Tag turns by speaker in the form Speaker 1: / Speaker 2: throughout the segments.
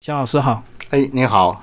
Speaker 1: 夏老师好，
Speaker 2: 哎、你好，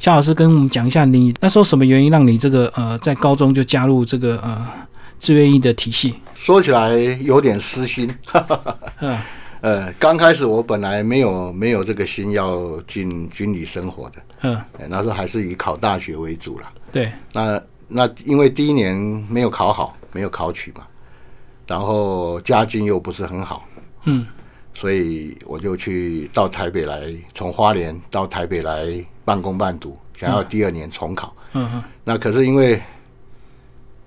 Speaker 1: 夏老师跟我们讲一下，你那时候什么原因让你这个呃在高中就加入这个呃志愿役的体系？
Speaker 2: 说起来有点私心，
Speaker 1: 嗯
Speaker 2: 呃，刚开始我本来没有没有这个心要进军旅生活的，
Speaker 1: 嗯，
Speaker 2: 哎那时候还是以考大学为主了。
Speaker 1: 对，
Speaker 2: 那那因为第一年没有考好，没有考取嘛，然后家境又不是很好，
Speaker 1: 嗯
Speaker 2: 所以我就去到台北来，从花莲到台北来半工半读，想要第二年重考。
Speaker 1: 嗯嗯，
Speaker 2: 那可是因为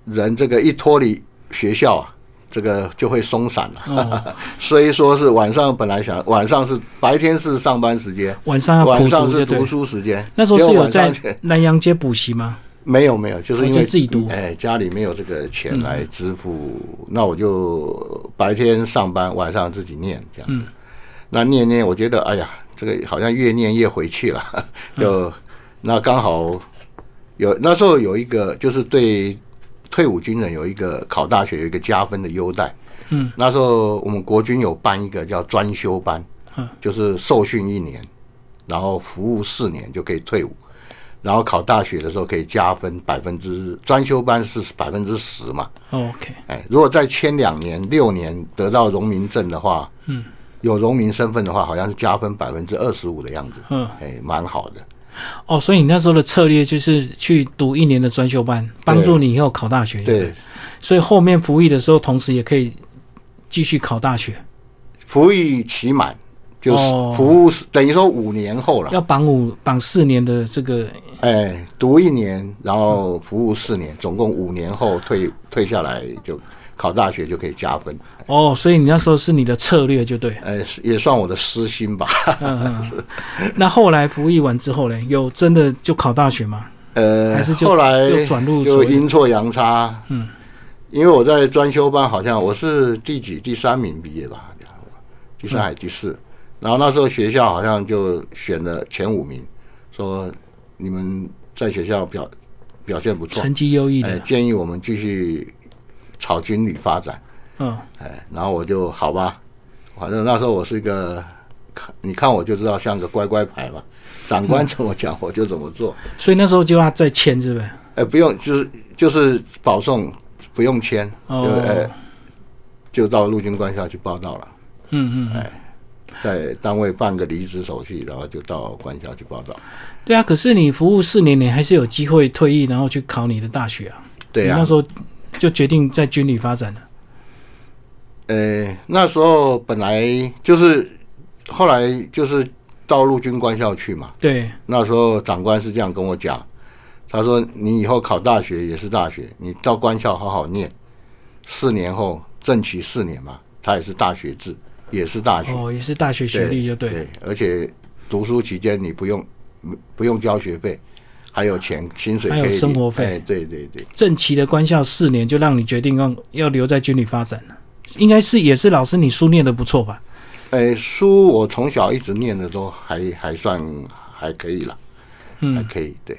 Speaker 2: 人这个一脱离学校啊，这个就会松散了、
Speaker 1: 哦
Speaker 2: 所以说是晚上本来想晚上是白天是上班时间，
Speaker 1: 晚上要苦
Speaker 2: 晚上
Speaker 1: 啊读
Speaker 2: 是
Speaker 1: 就对
Speaker 2: 读
Speaker 1: 了。
Speaker 2: 书时间。
Speaker 1: 那时候是
Speaker 2: 结果
Speaker 1: 有
Speaker 2: 晚上
Speaker 1: 在南洋街补习吗？
Speaker 2: 没有没有，就是因
Speaker 1: 哦
Speaker 2: 为
Speaker 1: 就自己读
Speaker 2: 哎，家里没有这个钱来支付，那我就白天上班，晚上自己念这
Speaker 1: 嗯
Speaker 2: 样子。那念念，我觉得哎呀，这个好像越念越回去了，
Speaker 1: 嗯
Speaker 2: 就、那刚好有那时候有一个就是对退伍军人有一个考大学有一个加分的优待。
Speaker 1: 嗯，
Speaker 2: 那时候我们国军有办一个叫专修班，
Speaker 1: 嗯，
Speaker 2: 就是受训一年，然后服务四年就可以退伍，然后考大学的时候可以加分百分之专修班是百分之十嘛，
Speaker 1: 哦，OK，
Speaker 2: 哎，如果再签两年六年得到荣民证的话，
Speaker 1: 嗯，
Speaker 2: 有荣民身份的话，好像是加分百分之二十五的样子，
Speaker 1: 嗯，
Speaker 2: 哎，蛮好的。
Speaker 1: 哦，所以你那时候的策略就是去读一年的专修班，帮助你以后考大学。
Speaker 2: 对，，
Speaker 1: 所以后面服役的时候，同时也可以继续考大学，
Speaker 2: 服役期满就是
Speaker 1: 哦
Speaker 2: 服务、等于说五年后了，
Speaker 1: 要绑五绑四年的这个
Speaker 2: 哎，读一年，然后服务四年，总共五年后退退下来就考大学就可以加分，。
Speaker 1: 哦，所以你那时候是你的策略就对
Speaker 2: 哎，也算我的私心吧。
Speaker 1: 嗯嗯。嗯那后来服役完之后嘞，有真的就考大学吗？
Speaker 2: 呃，
Speaker 1: 还是就
Speaker 2: 后来
Speaker 1: 又转入所
Speaker 2: 就
Speaker 1: 谓的
Speaker 2: 阴错阳差，
Speaker 1: 嗯，
Speaker 2: 因为我在专修班，好像我是第几第三名毕业吧，第三还是第四，
Speaker 1: 嗯
Speaker 2: 然后那时候学校好像就选了前五名，说你们在学校表表现不错，
Speaker 1: 成绩优异
Speaker 2: 哎，
Speaker 1: 的，
Speaker 2: 建议我们继续朝军旅发展。
Speaker 1: 嗯，
Speaker 2: 哎，然后我就好吧，反正那时候我是一个，看你看我就知道像个乖乖牌嘛，长官怎么讲我就怎么做，
Speaker 1: 所以那时候就要再签，是不是？
Speaker 2: 哎，不用就是就是保送，不用签，就
Speaker 1: 哦
Speaker 2: 哎就到陆军官校去报道了，
Speaker 1: 嗯嗯嗯，
Speaker 2: 在单位办个离职手续，然后就到官校去报道。
Speaker 1: 对啊。可是你服务四年，你还是有机会退役，然后去考你的大学啊。
Speaker 2: 对
Speaker 1: 你
Speaker 2: 呀、
Speaker 1: 那时候就决定在军旅发展了。
Speaker 2: 呃，那时候本来就是后来就是到陆军官校去嘛，
Speaker 1: 对，
Speaker 2: 那时候长官是这样跟我讲，他说：“你以后考大学也是大学，你到官校好好念，四年后正期四年嘛，他也是大学制，也是大学、
Speaker 1: 哦，也是大学学历就对。
Speaker 2: 对，而且读书期间你不用不用交学费，还有钱薪水可
Speaker 1: 啊还
Speaker 2: 以
Speaker 1: 有
Speaker 2: 领，
Speaker 1: 生活费
Speaker 2: 哎，对对对，
Speaker 1: 正旗的官校四年，就让你决定要要留在军旅发展了。应该是也是老师，你书念的不错吧？
Speaker 2: 哎，书我从小一直念的都还还算还可以了，还
Speaker 1: 嗯，
Speaker 2: 可以。对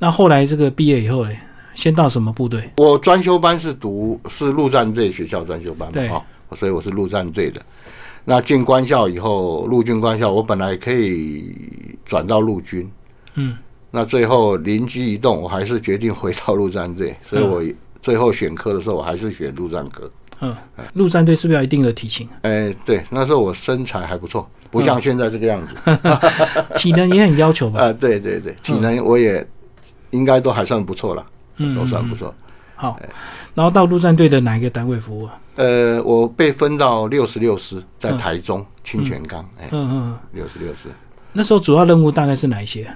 Speaker 1: 那后来这个毕业以后嘞，先到什么部队？
Speaker 2: 我专修班是读是陆战队学校专修班
Speaker 1: 对
Speaker 2: 嘛，啊、所以我是陆战队的。那进官校以后，陆军官校，我本来可以转到陆军，
Speaker 1: 嗯，
Speaker 2: 那最后灵机一动，我还是决定回到陆战队，所以我最后选科的时候，我还是选陆战科。
Speaker 1: 嗯，陆战队是不是要一定的体型？
Speaker 2: 哎，对，那时候我身材还不错，不像现在这个样子。
Speaker 1: 嗯 体能也很要求 吧？
Speaker 2: 啊，对对对，体能
Speaker 1: 嗯
Speaker 2: 我也应该都还算不错了，都算不错。
Speaker 1: 好，然后到陆战队的哪一个单位服务啊？
Speaker 2: 呃，我被分到六十六师，在台中清泉岗，哎，
Speaker 1: 嗯嗯，嗯
Speaker 2: 六十六师。
Speaker 1: 那时候主要任务大概是哪一些？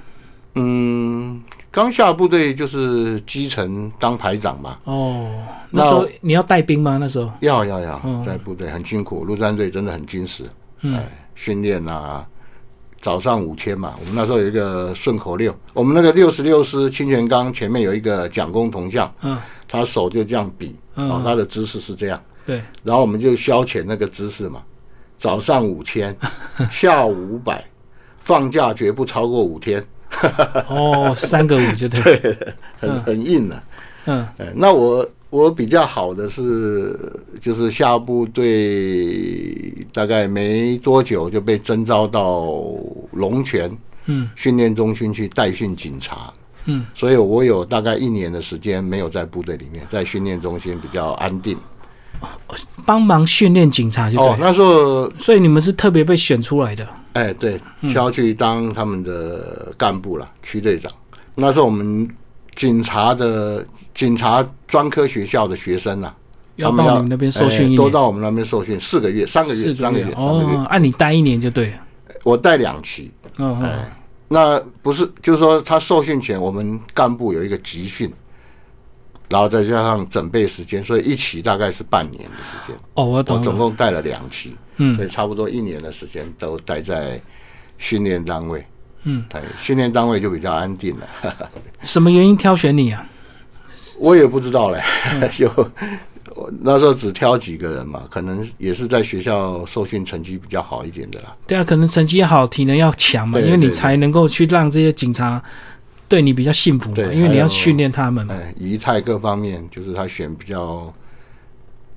Speaker 2: 嗯，刚下部队就是基层当排长嘛，
Speaker 1: 哦，
Speaker 2: 那
Speaker 1: 那时候你要带兵吗？那时候，
Speaker 2: 要要要
Speaker 1: 嗯，
Speaker 2: 在部队很辛苦，陆战队真的很矜持，哎，训练啊，早上五千嘛，我们那时候有一个顺口溜，我们那个六十六师清泉岗前面有一个蒋公铜像，
Speaker 1: 嗯，
Speaker 2: 他手就这样比，
Speaker 1: 嗯
Speaker 2: 哦，他的姿势是这样，
Speaker 1: 对，
Speaker 2: 然后我们就消遣那个姿势嘛，早上 五千，下午五百，放假绝不超过五天，
Speaker 1: 哦，三个五就对，
Speaker 2: 很很硬的、
Speaker 1: 嗯，
Speaker 2: 哎，那我我比较好的是，就是下部队大概没多久就被征召到龙泉
Speaker 1: 嗯
Speaker 2: 训练中心去代训警察，
Speaker 1: 嗯，
Speaker 2: 所以我有大概一年的时间没有在部队里面，在训练中心比较安定。
Speaker 1: 帮忙训练警察就对
Speaker 2: 哦，
Speaker 1: 了。
Speaker 2: 那时候
Speaker 1: 所以你们是特别被选出来的。
Speaker 2: 哎，对，
Speaker 1: 嗯
Speaker 2: 挑去当他们的干部了，区队长。那时候我们警察的警察专科学校的学生呐、啊
Speaker 1: 要
Speaker 2: 他们
Speaker 1: 到
Speaker 2: 要
Speaker 1: 你们那边受训一年
Speaker 2: 哎都到我们那边受训四个月，三个月，
Speaker 1: 四
Speaker 2: 三个月，三个月
Speaker 1: 哦，按、你待一年就对了。
Speaker 2: 我带两期。
Speaker 1: 嗯嗯、
Speaker 2: 哎，那不是，就是说他受训前，我们干部有一个集训，然后再加上准备时间，所以一期大概是半年的时间。
Speaker 1: 哦，我
Speaker 2: 我
Speaker 1: 懂
Speaker 2: 总
Speaker 1: 了。
Speaker 2: 共带了两期，
Speaker 1: 嗯
Speaker 2: 所以差不多一年的时间都待在训练单位。
Speaker 1: 嗯，
Speaker 2: 哎，训练单位就比较安定了。
Speaker 1: 什么原因挑选你啊？
Speaker 2: 我也不知道嘞，
Speaker 1: 嗯
Speaker 2: 就我那时候只挑几个人嘛，可能也是在学校受训成绩比较好一点的啦。
Speaker 1: 对啊，可能成绩好，体能要强嘛，
Speaker 2: 对
Speaker 1: 因为你
Speaker 2: 对对
Speaker 1: 才能够去让这些警察对你比较信服嘛，
Speaker 2: 对
Speaker 1: 因为你
Speaker 2: 还
Speaker 1: 要
Speaker 2: 有
Speaker 1: 训练他们嘛。
Speaker 2: 哎，仪态各方面，就是他选比较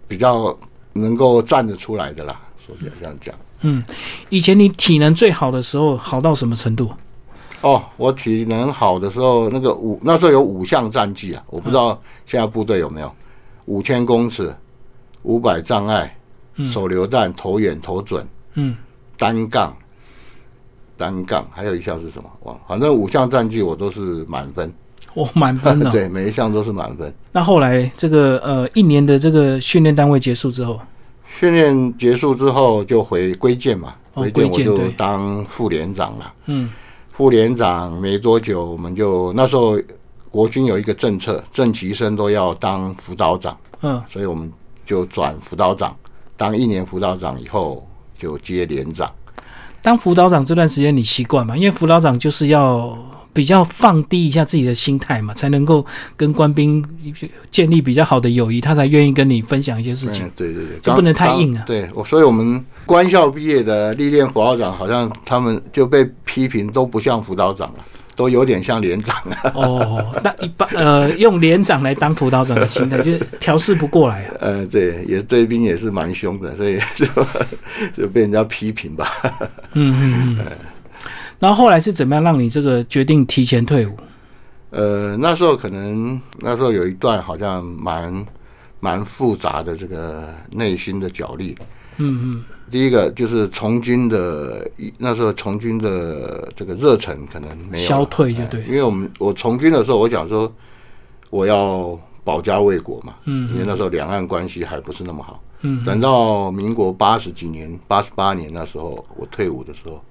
Speaker 2: 比较能够站得出来的啦。说起来这样讲，
Speaker 1: 嗯，以前你体能最好的时候，好到什么程度？
Speaker 2: 哦，我体能好的时候，那个五那时候有五项战绩啊，我不知
Speaker 1: 嗯
Speaker 2: 道现在部队有没有五千公尺、五百障碍、手榴弹投远投准。
Speaker 1: 嗯，
Speaker 2: 单杠，单杠，还有一项是什么？忘了，反正五项战绩我都是满分，
Speaker 1: 我满分哦了。
Speaker 2: 对，每一项都是满分。
Speaker 1: 那后来这个呃一年的这个训练单位结束之后，
Speaker 2: 训练结束之后就回归建嘛，
Speaker 1: 哦
Speaker 2: 归建
Speaker 1: 归
Speaker 2: 我
Speaker 1: 建
Speaker 2: 就
Speaker 1: 对
Speaker 2: 当副连长了。
Speaker 1: 嗯
Speaker 2: 副连长没多久，我们就那时候国军有一个政策，正旗生都要当辅导长，
Speaker 1: 嗯
Speaker 2: 所以我们就转辅导长，当一年辅导长以后就接连长。
Speaker 1: 当辅导长这段时间你习惯吗？因为辅导长就是要比较放低一下自己的心态嘛，才能够跟官兵建立比较好的友谊，他才愿意跟你分享一些事情。
Speaker 2: 嗯、对对对，
Speaker 1: 就不能太硬啊
Speaker 2: 当当对，我所以我们官校毕业的历练辅导长，好像他们就被批评都不像辅导长了，都有点像连长了。
Speaker 1: 哦，那一般呃用连长来当辅导长的心态，就是调试不过来啊。
Speaker 2: 呃，对，也对兵也是蛮凶的，所以 就就被人家批评吧。
Speaker 1: 嗯嗯 嗯。然后后来是怎么样让你这个决定提前退伍？
Speaker 2: 呃，那时候可能那时候有一段好像蛮蛮复杂的这个内心的角力。
Speaker 1: 嗯嗯
Speaker 2: 第一个就是从军的，那时候从军的这个热忱可能没有了
Speaker 1: 消退就对
Speaker 2: 哎因为我们我从军的时候，我想说我要保家卫国嘛，嗯，因为那时候两岸关系还不是那么好，
Speaker 1: 嗯，
Speaker 2: 等到民国八十几年、八十八年那时候，我退伍的时候，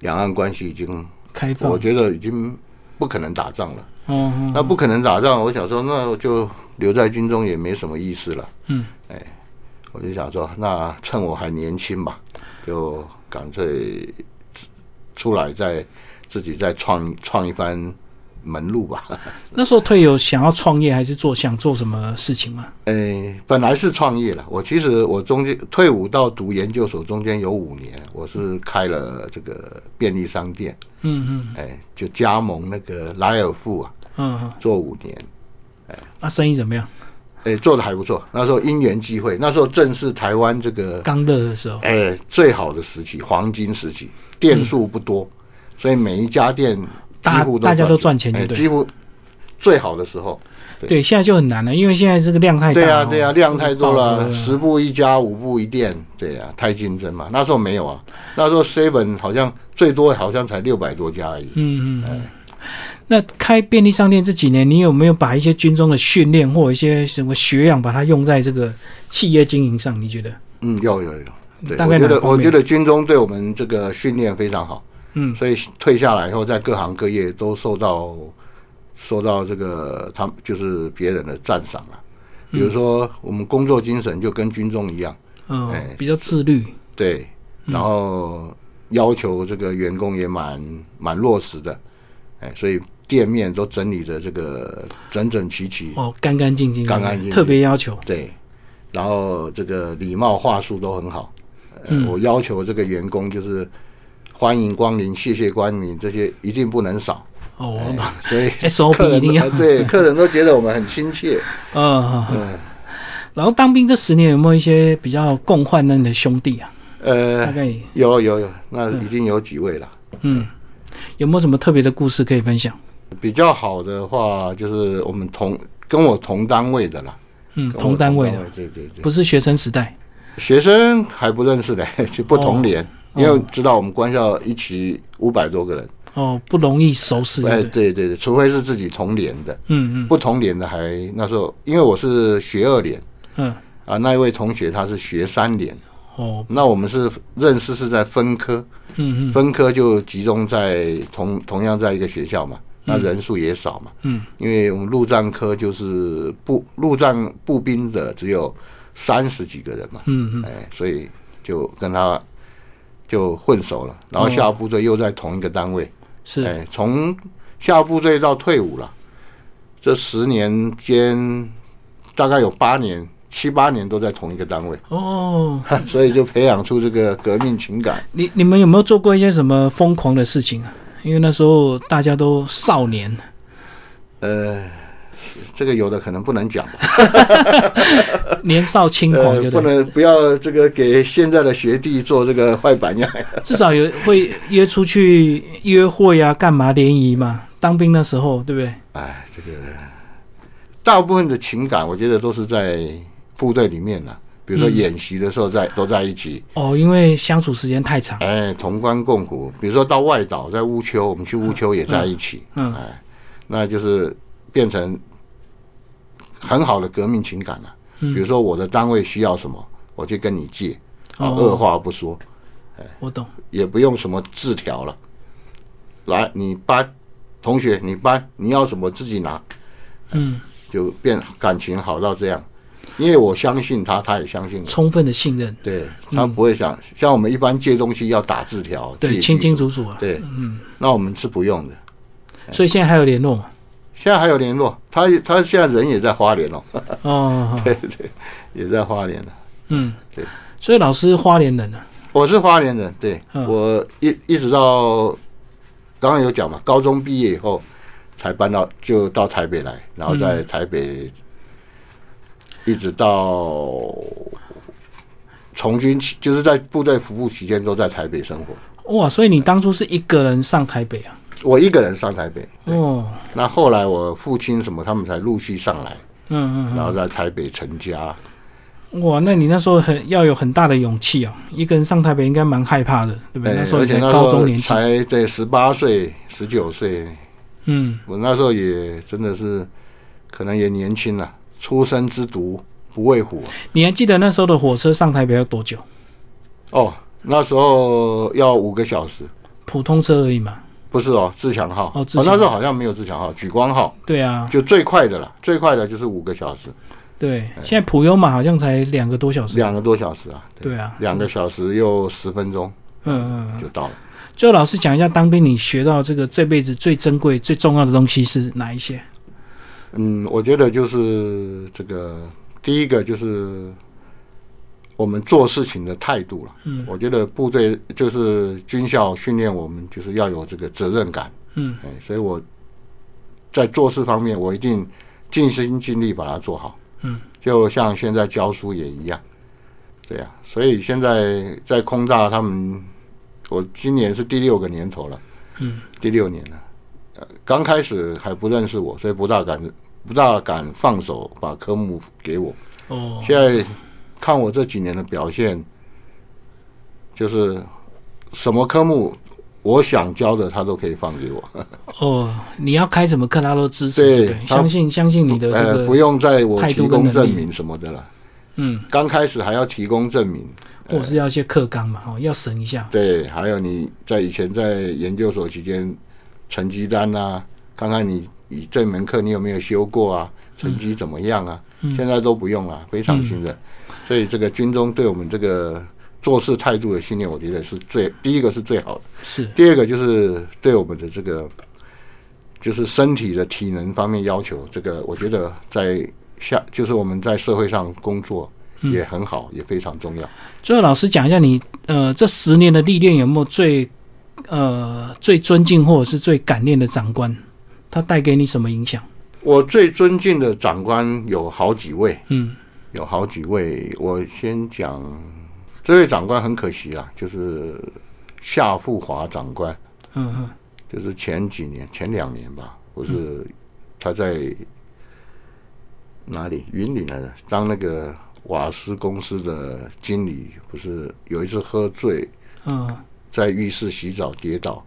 Speaker 2: 两岸关系已经，
Speaker 1: 开放。
Speaker 2: 我
Speaker 1: 哦
Speaker 2: 觉得已经不可能打仗了。
Speaker 1: 哦，
Speaker 2: 那不可能打仗，我想说，那我就留在军中也没什么意思了。
Speaker 1: 嗯，
Speaker 2: 哎，我就想说，那趁我还年轻吧，就干脆出出来再自己再创创一番门路吧。
Speaker 1: 那时候退有想要创业还是做想做什么事情吗？
Speaker 2: 哎，本来是创业了，我其实我中间退伍到读研究所中间有五年，我是开了这个便利商店，
Speaker 1: 嗯嗯
Speaker 2: 哎，就加盟那个莱尔富啊，
Speaker 1: 嗯嗯，
Speaker 2: 做五年。
Speaker 1: 那、生意怎么样？
Speaker 2: 哎，做的还不错。那时候因缘际会，那时候正是台湾这个
Speaker 1: 刚热的时候，
Speaker 2: 哎最好的时期，黄金时期，店数不多，所以每一家店几
Speaker 1: 大
Speaker 2: 乎都
Speaker 1: 大家都赚钱就
Speaker 2: 哎
Speaker 1: 对
Speaker 2: 几乎最好的时候。
Speaker 1: 对，现在就很难了，因为现在这个量太大、
Speaker 2: 对呀、
Speaker 1: 哦
Speaker 2: 对啊呀、量太多
Speaker 1: 爆
Speaker 2: 了，
Speaker 1: 了
Speaker 2: 十步一家，五步一店，对呀、太竞争嘛。那时候没有啊，那时候 seven 好像最多好像才六百多家而已。
Speaker 1: 嗯嗯
Speaker 2: 哎
Speaker 1: 嗯。那开便利商店这几年，你有没有把一些军中的训练或一些什么学养，把它用在这个企业经营上？你觉得？
Speaker 2: 嗯，有有有，对，
Speaker 1: 大概
Speaker 2: 我觉
Speaker 1: 哪
Speaker 2: 得
Speaker 1: 方
Speaker 2: 我
Speaker 1: 面
Speaker 2: 觉得军中对我们这个训练非常好，
Speaker 1: 嗯
Speaker 2: 所以退下来以后，在各行各业都受到受到这个他们就是别人的赞赏了。比如说，我们工作精神就跟军中一样，
Speaker 1: 嗯、
Speaker 2: 哎
Speaker 1: 比较自律。
Speaker 2: 对，
Speaker 1: 嗯
Speaker 2: 然后要求这个员工也蛮蛮落实的，哎，所以店面都整理的这个整整齐齐，
Speaker 1: 哦，干干净净，
Speaker 2: 干干净净
Speaker 1: 特别要求。
Speaker 2: 对，然后这个礼貌话术都很好。呃
Speaker 1: 嗯
Speaker 2: 我要求这个员工就是欢迎光临、谢谢光临，这些一定不能少。
Speaker 1: 哦，
Speaker 2: 所以客
Speaker 1: SOP 一
Speaker 2: 人
Speaker 1: 定要
Speaker 2: 呃 对客人都觉得我们很亲切。
Speaker 1: 嗯，嗯然后当兵这十年有没有一些比较共患难的兄弟啊？大
Speaker 2: 呃，
Speaker 1: 概
Speaker 2: 有有有，那一定有几位了。
Speaker 1: 嗯，有没有什么特别的故事可以分享？
Speaker 2: 比较好的话，就是我们同跟我同单位的啦，
Speaker 1: 嗯，
Speaker 2: 跟我
Speaker 1: 同单位的，，
Speaker 2: 对对对，
Speaker 1: 不是学生时代。
Speaker 2: 学生还不认识嘞，就不同年，
Speaker 1: 哦
Speaker 2: 因为知道我们官校一期五百多个人，
Speaker 1: 哦，不容易熟识，对
Speaker 2: 哎，
Speaker 1: 不对？
Speaker 2: 对对对，除非是自己同年的，
Speaker 1: 嗯嗯
Speaker 2: 不同年的还那时候，因为我是学二年
Speaker 1: 嗯，
Speaker 2: 啊，那一位同学他是学三年，
Speaker 1: 哦，
Speaker 2: 那我们是认识是在分科，
Speaker 1: 嗯嗯
Speaker 2: 分科就集中在同同样在一个学校嘛，那人数也少嘛，
Speaker 1: 嗯，
Speaker 2: 因为我们陆战科就是步陆战步兵的只有三十几个人嘛，
Speaker 1: 嗯嗯，
Speaker 2: 哎，所以就跟他就混熟了，然后下部队又在同一个单位，
Speaker 1: 是
Speaker 2: 哎，从下部队到退伍了，这十年间大概有八年。七八年都在同一个单位，
Speaker 1: 哦。
Speaker 2: 所以就培养出这个革命情感。
Speaker 1: 你你们有没有做过一些什么疯狂的事情啊？因为那时候大家都少年，
Speaker 2: 呃，这个有的可能不 能讲吧，
Speaker 1: 年少轻狂，
Speaker 2: 呃
Speaker 1: 就，
Speaker 2: 不
Speaker 1: 对了，
Speaker 2: 能不要这个给现在的学弟做这个坏榜样。
Speaker 1: 至少有会约出去约会啊，干嘛联谊嘛？当兵那时候，对不对？
Speaker 2: 哎，这个大部分的情感，我觉得都是在部队里面呢、比如
Speaker 1: 嗯
Speaker 2: 说演习的时候在、都在一起，
Speaker 1: 哦，因为相处时间太长，
Speaker 2: 哎，同甘共苦。比如说到外岛，在乌丘，我们去乌丘也在一起，
Speaker 1: 嗯
Speaker 2: 哎，那就是变成很好的革命情感了、比
Speaker 1: 嗯
Speaker 2: 如，说我的单位需要什么，我去跟你借，啊，
Speaker 1: 哦
Speaker 2: 二话不说，
Speaker 1: 我懂，
Speaker 2: 也不用什么字条了。来，你搬，同学你搬，你要什么自己拿，
Speaker 1: 嗯，
Speaker 2: 就变感情好到这样。因为我相信他，他也相信我，
Speaker 1: 充分的信任，
Speaker 2: 对他不会想、像我们一般借东西要打字条，
Speaker 1: 嗯对，
Speaker 2: 借
Speaker 1: 清清
Speaker 2: 什么
Speaker 1: 楚楚啊。
Speaker 2: 对，嗯，那我们是不用的。
Speaker 1: 所以现在还有联 络嘛？哦
Speaker 2: 现在还有联络，他他现在人也在花莲哦，
Speaker 1: 哦，好
Speaker 2: 也在花莲哦了。
Speaker 1: 嗯，
Speaker 2: 对。
Speaker 1: 所以老师是花莲人啊，
Speaker 2: 我是花莲人，对、
Speaker 1: 嗯
Speaker 2: 我一一直到刚刚有讲嘛，高中毕业以后才搬到就到台北来，然后在台北、一直到从军期，就是在部队服务期间都在台北生活。
Speaker 1: 哇，所以你当初是一个人上台北啊？
Speaker 2: 我一个人上台北，对
Speaker 1: 哦，
Speaker 2: 那后来我父亲什么他们才陆续上来，
Speaker 1: 嗯嗯
Speaker 2: 然后在台北成家。
Speaker 1: 嗯，哇，那你那时候很要有很大的勇气哦，一个人上台北应该蛮害怕的，对不对？
Speaker 2: 哎
Speaker 1: 那时候
Speaker 2: 而
Speaker 1: 你
Speaker 2: 且
Speaker 1: 才
Speaker 2: 那时
Speaker 1: 高中
Speaker 2: 候
Speaker 1: 年纪，
Speaker 2: 才对十八岁、十九岁，
Speaker 1: 嗯，
Speaker 2: 我那时候也真的是，可能也年轻了、初生之犊不畏虎啊、
Speaker 1: 你还记得那时候的火车上台北要多久？
Speaker 2: 哦，那时候要五个小时，
Speaker 1: 普通车而已嘛。
Speaker 2: 不是哦，自强号。
Speaker 1: 哦自强号
Speaker 2: 那时候好像没有自强号，莒光号
Speaker 1: 对啊，
Speaker 2: 就最快的了，最快的就是五个小时，
Speaker 1: 对，现在普悠玛好像才两个多小时。
Speaker 2: 两个多小时啊，
Speaker 1: 对啊，
Speaker 2: 两个小时又十分钟
Speaker 1: 嗯嗯嗯。
Speaker 2: 就到了。
Speaker 1: 最后老师讲一下，当兵你学到这个这辈子最珍贵、最重要的东西是哪一些？
Speaker 2: 嗯，我觉得就是这个第一个就是我们做事情的态度了。
Speaker 1: 嗯
Speaker 2: 我觉得部队就是军校训练我们就是要有这个责任感。
Speaker 1: 嗯
Speaker 2: 哎，所以我在做事方面，我一定尽心尽力把它做好。
Speaker 1: 嗯，
Speaker 2: 就像现在教书也一样，对呀、所以现在在空大，他们我今年是第六个年头了，
Speaker 1: 嗯，
Speaker 2: 第六年了。呃，刚开始还不认识我，所以不大敢不大敢放手把科目给我。
Speaker 1: 哦，
Speaker 2: 现在看我这几年的表现，就是什么科目我想教的，他都可以放给我。
Speaker 1: 哦，你要开什么课，他都支持，
Speaker 2: 对
Speaker 1: 对不对？
Speaker 2: 他
Speaker 1: 相信相信你的这
Speaker 2: 呃，
Speaker 1: 个，
Speaker 2: 不用再我
Speaker 1: 态度
Speaker 2: 提
Speaker 1: 跟
Speaker 2: 供
Speaker 1: 能力
Speaker 2: 证明什么的了。
Speaker 1: 嗯，
Speaker 2: 刚开始还要提供证明，
Speaker 1: 或者是要一些课纲嘛，哦，要审一下，
Speaker 2: 对，还有你在以前在研究所期间成绩单啊，看看你以这门课你有没有修过
Speaker 1: 嗯
Speaker 2: 啊，成绩怎么样啊？现在都不用了，非常信任。
Speaker 1: 嗯
Speaker 2: 所以这个军中对我们这个做事态度的训练，我觉得是最第一个是最好的，
Speaker 1: 是，
Speaker 2: 第二个就是对我们的这个就是身体的体能方面要求，这个我觉得在下就是我们在社会上工作也很好，也非常重要。
Speaker 1: 最后，老师讲一下你呃这十年的历练有没有最呃最尊敬或者是最感念的长官？他带给你什么影响？
Speaker 2: 我最尊敬的长官有好几位，
Speaker 1: 嗯
Speaker 2: 有好几位。我先讲这位长官很可惜啊，就是夏富华长官，
Speaker 1: 嗯嗯
Speaker 2: 就是前几年、前两年吧，不是他在哪里云岭来的，当那个瓦斯公司的经理，不是有一次喝醉，
Speaker 1: 嗯，
Speaker 2: 在浴室洗澡跌倒，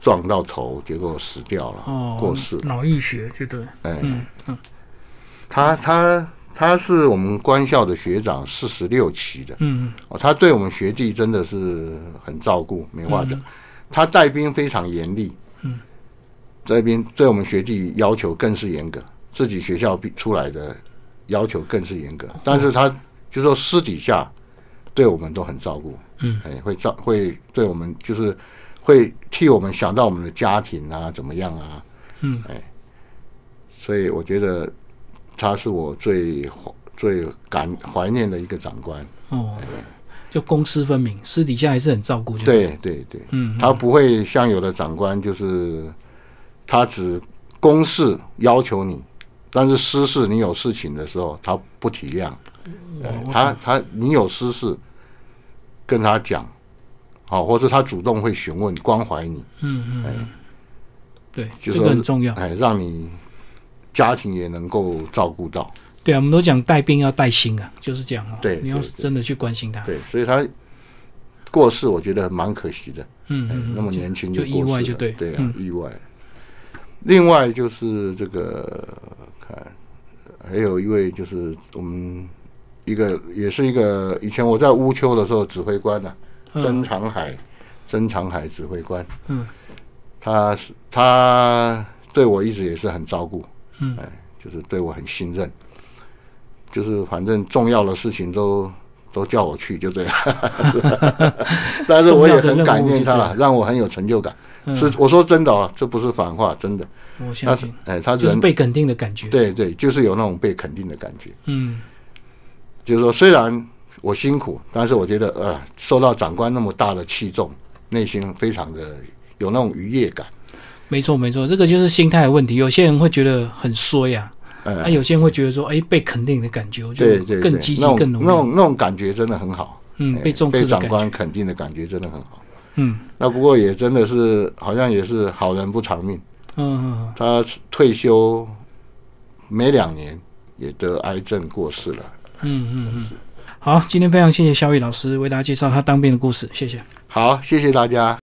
Speaker 2: 撞到头，结果死掉了，
Speaker 1: 哦，
Speaker 2: 过世了。
Speaker 1: 脑溢血，对对，
Speaker 2: 哎，
Speaker 1: 嗯嗯
Speaker 2: 他他他是我们官校的学长，四十六期的
Speaker 1: 嗯
Speaker 2: 哦，他对我们学弟真的是很照顾，没话讲。他带兵非常严厉，
Speaker 1: 嗯，
Speaker 2: 这边对我们学弟要求更是严格，自己学校毕出来的要求更是严格。但是他就说私底下对我们都很照顾，
Speaker 1: 嗯，
Speaker 2: 哎，会照会对我们就是会替我们想到我们的家庭啊，怎么样啊，
Speaker 1: 嗯，
Speaker 2: 哎，所以我觉得他是我最怀最感怀念的一个长官。
Speaker 1: 哦，就公私分明，私底下还是很照顾，就，
Speaker 2: 对对对，
Speaker 1: 嗯，
Speaker 2: 他不会像有的长官就是他只公事要求你，但是私事你有事情的时候他不体谅，
Speaker 1: 嗯
Speaker 2: 哎他他你有私事跟他讲，好、或是他主动会询问关怀你，
Speaker 1: 嗯嗯嗯，对，
Speaker 2: 就
Speaker 1: 这
Speaker 2: 说
Speaker 1: 个很重要。
Speaker 2: 哎，让你家庭也能够照顾到，
Speaker 1: 对啊，我们都讲带兵要带心啊，就是这样哦。
Speaker 2: 对
Speaker 1: 你要
Speaker 2: 对对
Speaker 1: 真的去关心他。
Speaker 2: 对，所以他过世我觉得蛮可惜的。
Speaker 1: 嗯
Speaker 2: 哎
Speaker 1: 嗯，
Speaker 2: 那么年轻
Speaker 1: 就
Speaker 2: 过世
Speaker 1: 意外就
Speaker 2: 了
Speaker 1: 对
Speaker 2: 对啊
Speaker 1: 嗯，
Speaker 2: 意外。另外就是这个看，还有一位就是我们一个也是一个以前我在乌丘的时候指挥官呢、啊，
Speaker 1: 嗯
Speaker 2: 曾长海，曾长海指挥官，
Speaker 1: 嗯
Speaker 2: 他是他对我一直也是很照顾，
Speaker 1: 嗯
Speaker 2: 哎，就是对我很信任，就是反正重要的事情都都叫我去就 对了，但是我也很感念他了，让我很有成就感。
Speaker 1: 嗯，
Speaker 2: 是我说真的啊，这不是反话，真的。
Speaker 1: 我相
Speaker 2: 他
Speaker 1: 信，
Speaker 2: 哎，他
Speaker 1: 就是
Speaker 2: 人
Speaker 1: 被肯定的感觉。
Speaker 2: 对对，就是有那种被肯定的感觉。
Speaker 1: 嗯
Speaker 2: 就是说，虽然我辛苦，但是我觉得呃，受到长官那么大的器重，内心非常的有那种愉悦感。
Speaker 1: 没错没错，这个就是心态的问题。有些人会觉得很衰啊，
Speaker 2: 呃
Speaker 1: 那、有些人会觉得说，哎，被肯定的感觉，我就
Speaker 2: 对对对，
Speaker 1: 更积极
Speaker 2: 那、种
Speaker 1: 更努
Speaker 2: 那
Speaker 1: 力。
Speaker 2: 种那种感觉真的很好。
Speaker 1: 嗯，
Speaker 2: 哎
Speaker 1: 被重视的
Speaker 2: 长
Speaker 1: 感
Speaker 2: 官
Speaker 1: 觉。
Speaker 2: 肯定的感觉真的很好。
Speaker 1: 嗯
Speaker 2: 那不过也真的是，好像也是好人不长命。
Speaker 1: 嗯嗯
Speaker 2: 他退休没两年，也得癌症过世了。
Speaker 1: 嗯嗯嗯。好，今天非常谢谢肖毅老师为大家介绍他当兵的故事，谢谢。
Speaker 2: 好，谢谢大家。